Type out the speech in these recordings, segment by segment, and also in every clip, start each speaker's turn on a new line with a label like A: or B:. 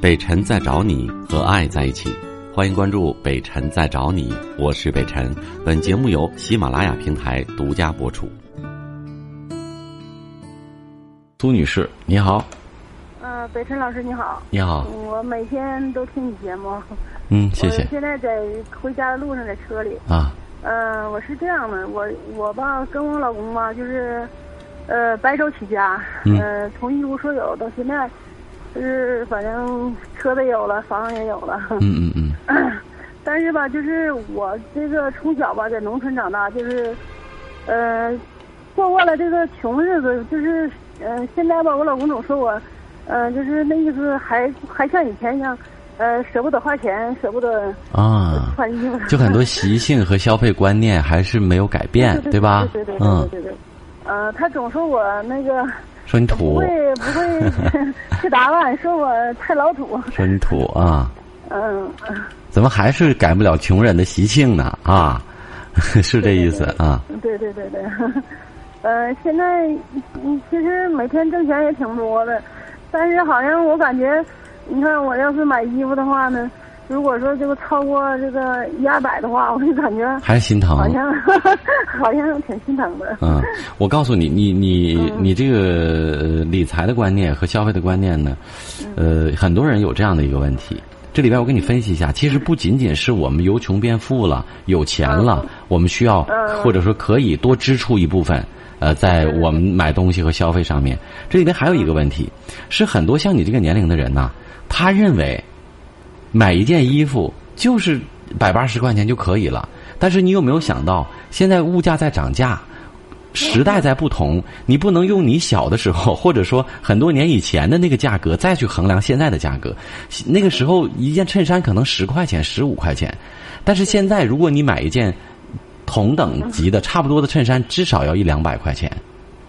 A: 北辰在找你和爱在一起，欢迎关注北辰在找你，我是北辰。本节目由喜马拉雅平台独家播出。苏女士，你好，
B: 呃，北辰老师你好，
A: 你好，
B: 我每天都听你节目，
A: 嗯，谢谢
B: 我现在在回家的路上，在车里，
A: 啊，
B: 呃，我是这样的，我我吧跟我老公吧就是，呃，白手起家，
A: 嗯
B: 呃，从一无所有到现在，就是反正车子有了，房子也有了，
A: 嗯嗯嗯
B: 但是吧，就是我这个从小吧在农村长大，就是，呃，过惯了这个穷日子，就是，呃，现在吧，我老公总说我，呃，就是那意思还还像以前一样，呃，舍不得花钱，舍不得
A: 啊，
B: 穿衣服，
A: 就很多习性和消费观念还是没有改变，
B: 对
A: 吧？
B: 对对对对
A: 嗯，
B: 对对对，呃，他总说我那个
A: 说你
B: 不
A: 土
B: 会，不会去打扮，说我太老土，
A: 说你土啊，
B: 嗯，
A: 怎么还是改不了穷人的习性呢？啊， 是这意思啊？
B: 对对对对，呃，现在嗯其实每天挣钱也挺多的，但是好像我感觉，你看我要是买衣服的话呢，如果说这个超过这个一二百的话，我就感觉
A: 还是心疼？
B: 好像、 好像挺心疼的。
A: 嗯，我告诉你，你你你这个呃理财的观念和消费的观念呢，呃，很多人有这样的一个问题。这里边我给你分析一下，其实不仅仅是我们由穷变富了，有钱了，我们需要
B: 嗯
A: 或者说可以多支出一部分，呃，在我们买东西和消费上面。这里边还有一个问题，是很多像你这个年龄的人呐、他认为买一件衣服就是百八十块钱就可以了。但是你有没有想到，现在物价在涨价，时代在不同，你不能用你小的时候，或者说很多年以前的那个价格再去衡量现在的价格。那个时候一件衬衫可能十块钱、十五块钱，但是现在如果你买一件同等级的、差不多的衬衫，至少要一两百块钱。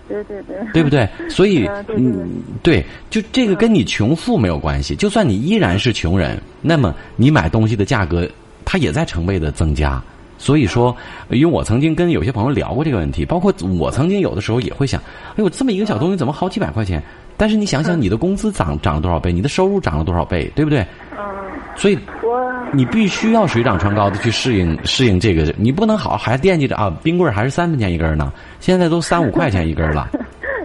B: 对对对，
A: 对不对？所以
B: 嗯，对对对
A: 嗯，对，就这个跟你穷富没有关系。就算你依然是穷人，那么你买东西的价格，它也在成倍的增加。所以说，呃因为我曾经跟有些朋友聊过这个问题，包括我曾经有的时候也会想，哎呦，这么一个小东西怎么好几百块钱？但是你想想，你的工资涨涨了多少倍，你的收入涨了多少倍，对不对？
B: 嗯，
A: 所以
B: 我
A: 你必须要水涨船高的去适应适应这个，你不能好还惦记着啊，冰棍儿还是三分钱一根儿呢，现在都三五块钱一根儿了，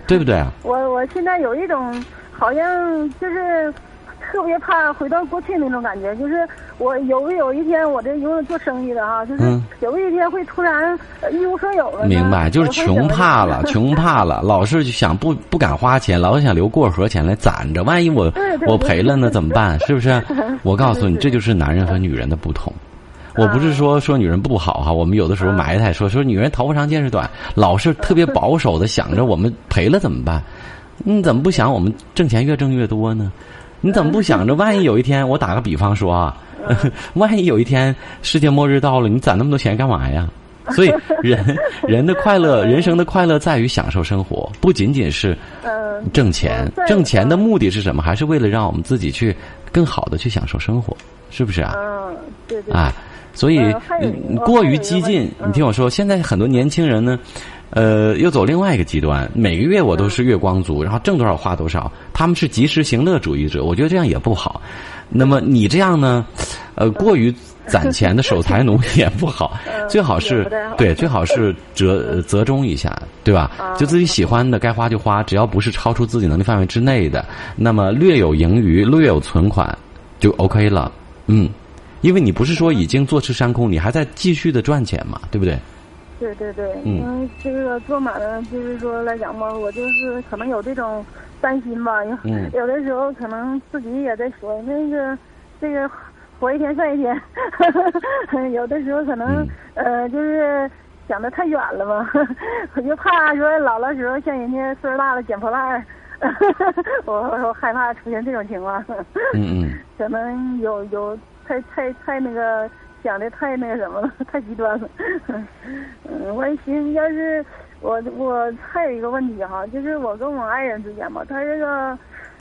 A: 对不对啊？
B: 我我现在有一种好像就是特别怕回到过去那种感觉，就是我有有一天我这因为做生意的哈、就是
A: 嗯
B: 有一天会突然呃一无所有了呢。
A: 明白，就是
B: 我会
A: 穷
B: 怎么
A: 怕
B: 样
A: 了，穷怕了，老是就想不不敢花钱，老想留过河钱来攒着，万一我
B: 对对
A: 我
B: 对
A: 赔了呢怎么办？是不 是？我告诉你，这就是男人和女人的不同。我不是说说女人不好哈，我们有的时候埋汰说说女人头发长见识短，老是特别保守的想着我们赔了怎么办？你怎么不想我们挣钱越挣越多呢？你怎么不想着万一有一天我打个比方说啊， 万一有一天世界末日到了，你攒那么多钱干嘛呀？所以人人的快乐，人生的快乐在于享受生活，不仅仅是
B: 嗯、
A: 挣钱。
B: 对
A: 挣钱的目的是什么？还是为了让我们自己去更好的去享受生活，是不是啊？
B: 嗯，对对，
A: 啊，所以
B: 呃还有
A: 嗯
B: 一个
A: 过于
B: 还有一个
A: 激
B: 问
A: 进
B: 题，
A: 你听我说，现在很多年轻人呢，呃，又走另外一个极端，每个月我
B: 嗯
A: 都是月光族，然后挣多少花多少，他们是及时行乐主义者，我觉得这样也不好。那么你这样呢，呃，过于攒钱的守财奴 也不好，
B: 嗯
A: 最好
B: 也
A: 是
B: 不太好啊
A: 对，最好是折呃折中一下，对吧？就自己喜欢的该花就花，只要不是超出自己能力范围之内的，那么略有盈余，略有存款就 OK 了，嗯。因为你不是说已经坐吃山空，你还在继续的赚钱嘛，对不对？
B: 对对对，
A: 嗯
B: 因为这个做买卖就是说来讲吧，我就是可能有这种担心吧，有、
A: 嗯
B: 有的时候可能自己也在说那个这个活一天算一天， 有的时候可能、
A: 嗯
B: 呃就是想的太远了吧， 我就怕说老了时候像人家岁数大了捡破烂儿， 我我害怕出现这种情况，
A: 嗯嗯，
B: 可能有有太太太那个想的太那个什么了， 太极端了。嗯，我一寻思，要是我我还有一个问题哈，就是我跟我爱人之间吧，他这个，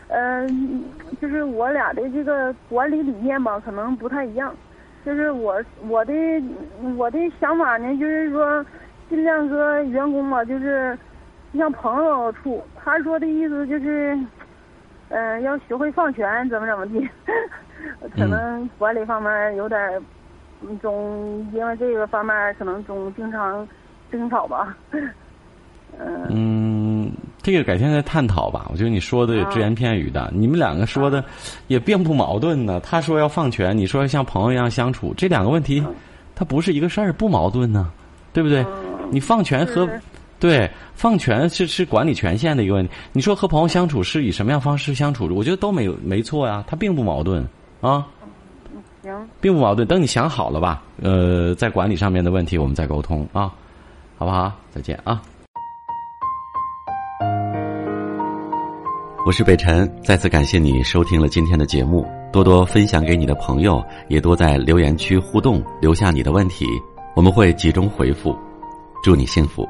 B: 嗯、就是我俩的这个管理理念吧，可能不太一样。就是我我的我的想法呢，就是说，尽量和员工吧，就是像朋友处。他说的意思就是，嗯、要学会放权，怎么怎么地，可能管理方面有点儿，嗯总因为这个方面可能总经常争吵吧。嗯，
A: 嗯，这个改天再探讨吧。我觉得你说的有只言片语的，你们两个说的也并不矛盾呢。他说要放权，你说要像朋友一样相处，这两个问题，它不是一个事儿，不矛盾呢，对不对？
B: 嗯
A: 你放权和
B: 是
A: 对放权是是管理权限的一个问题。你说和朋友相处是以什么样方式相处？我觉得都没有没错呀、它并不矛盾啊，
B: 行，
A: 并不矛盾。等你想好了吧，呃，在管理上面的问题我们再沟通啊，好不好？再见啊。
C: 我是北辰，再次感谢你收听了今天的节目，多多分享给你的朋友，也多在留言区互动，留下你的问题，我们会集中回复。祝你幸福。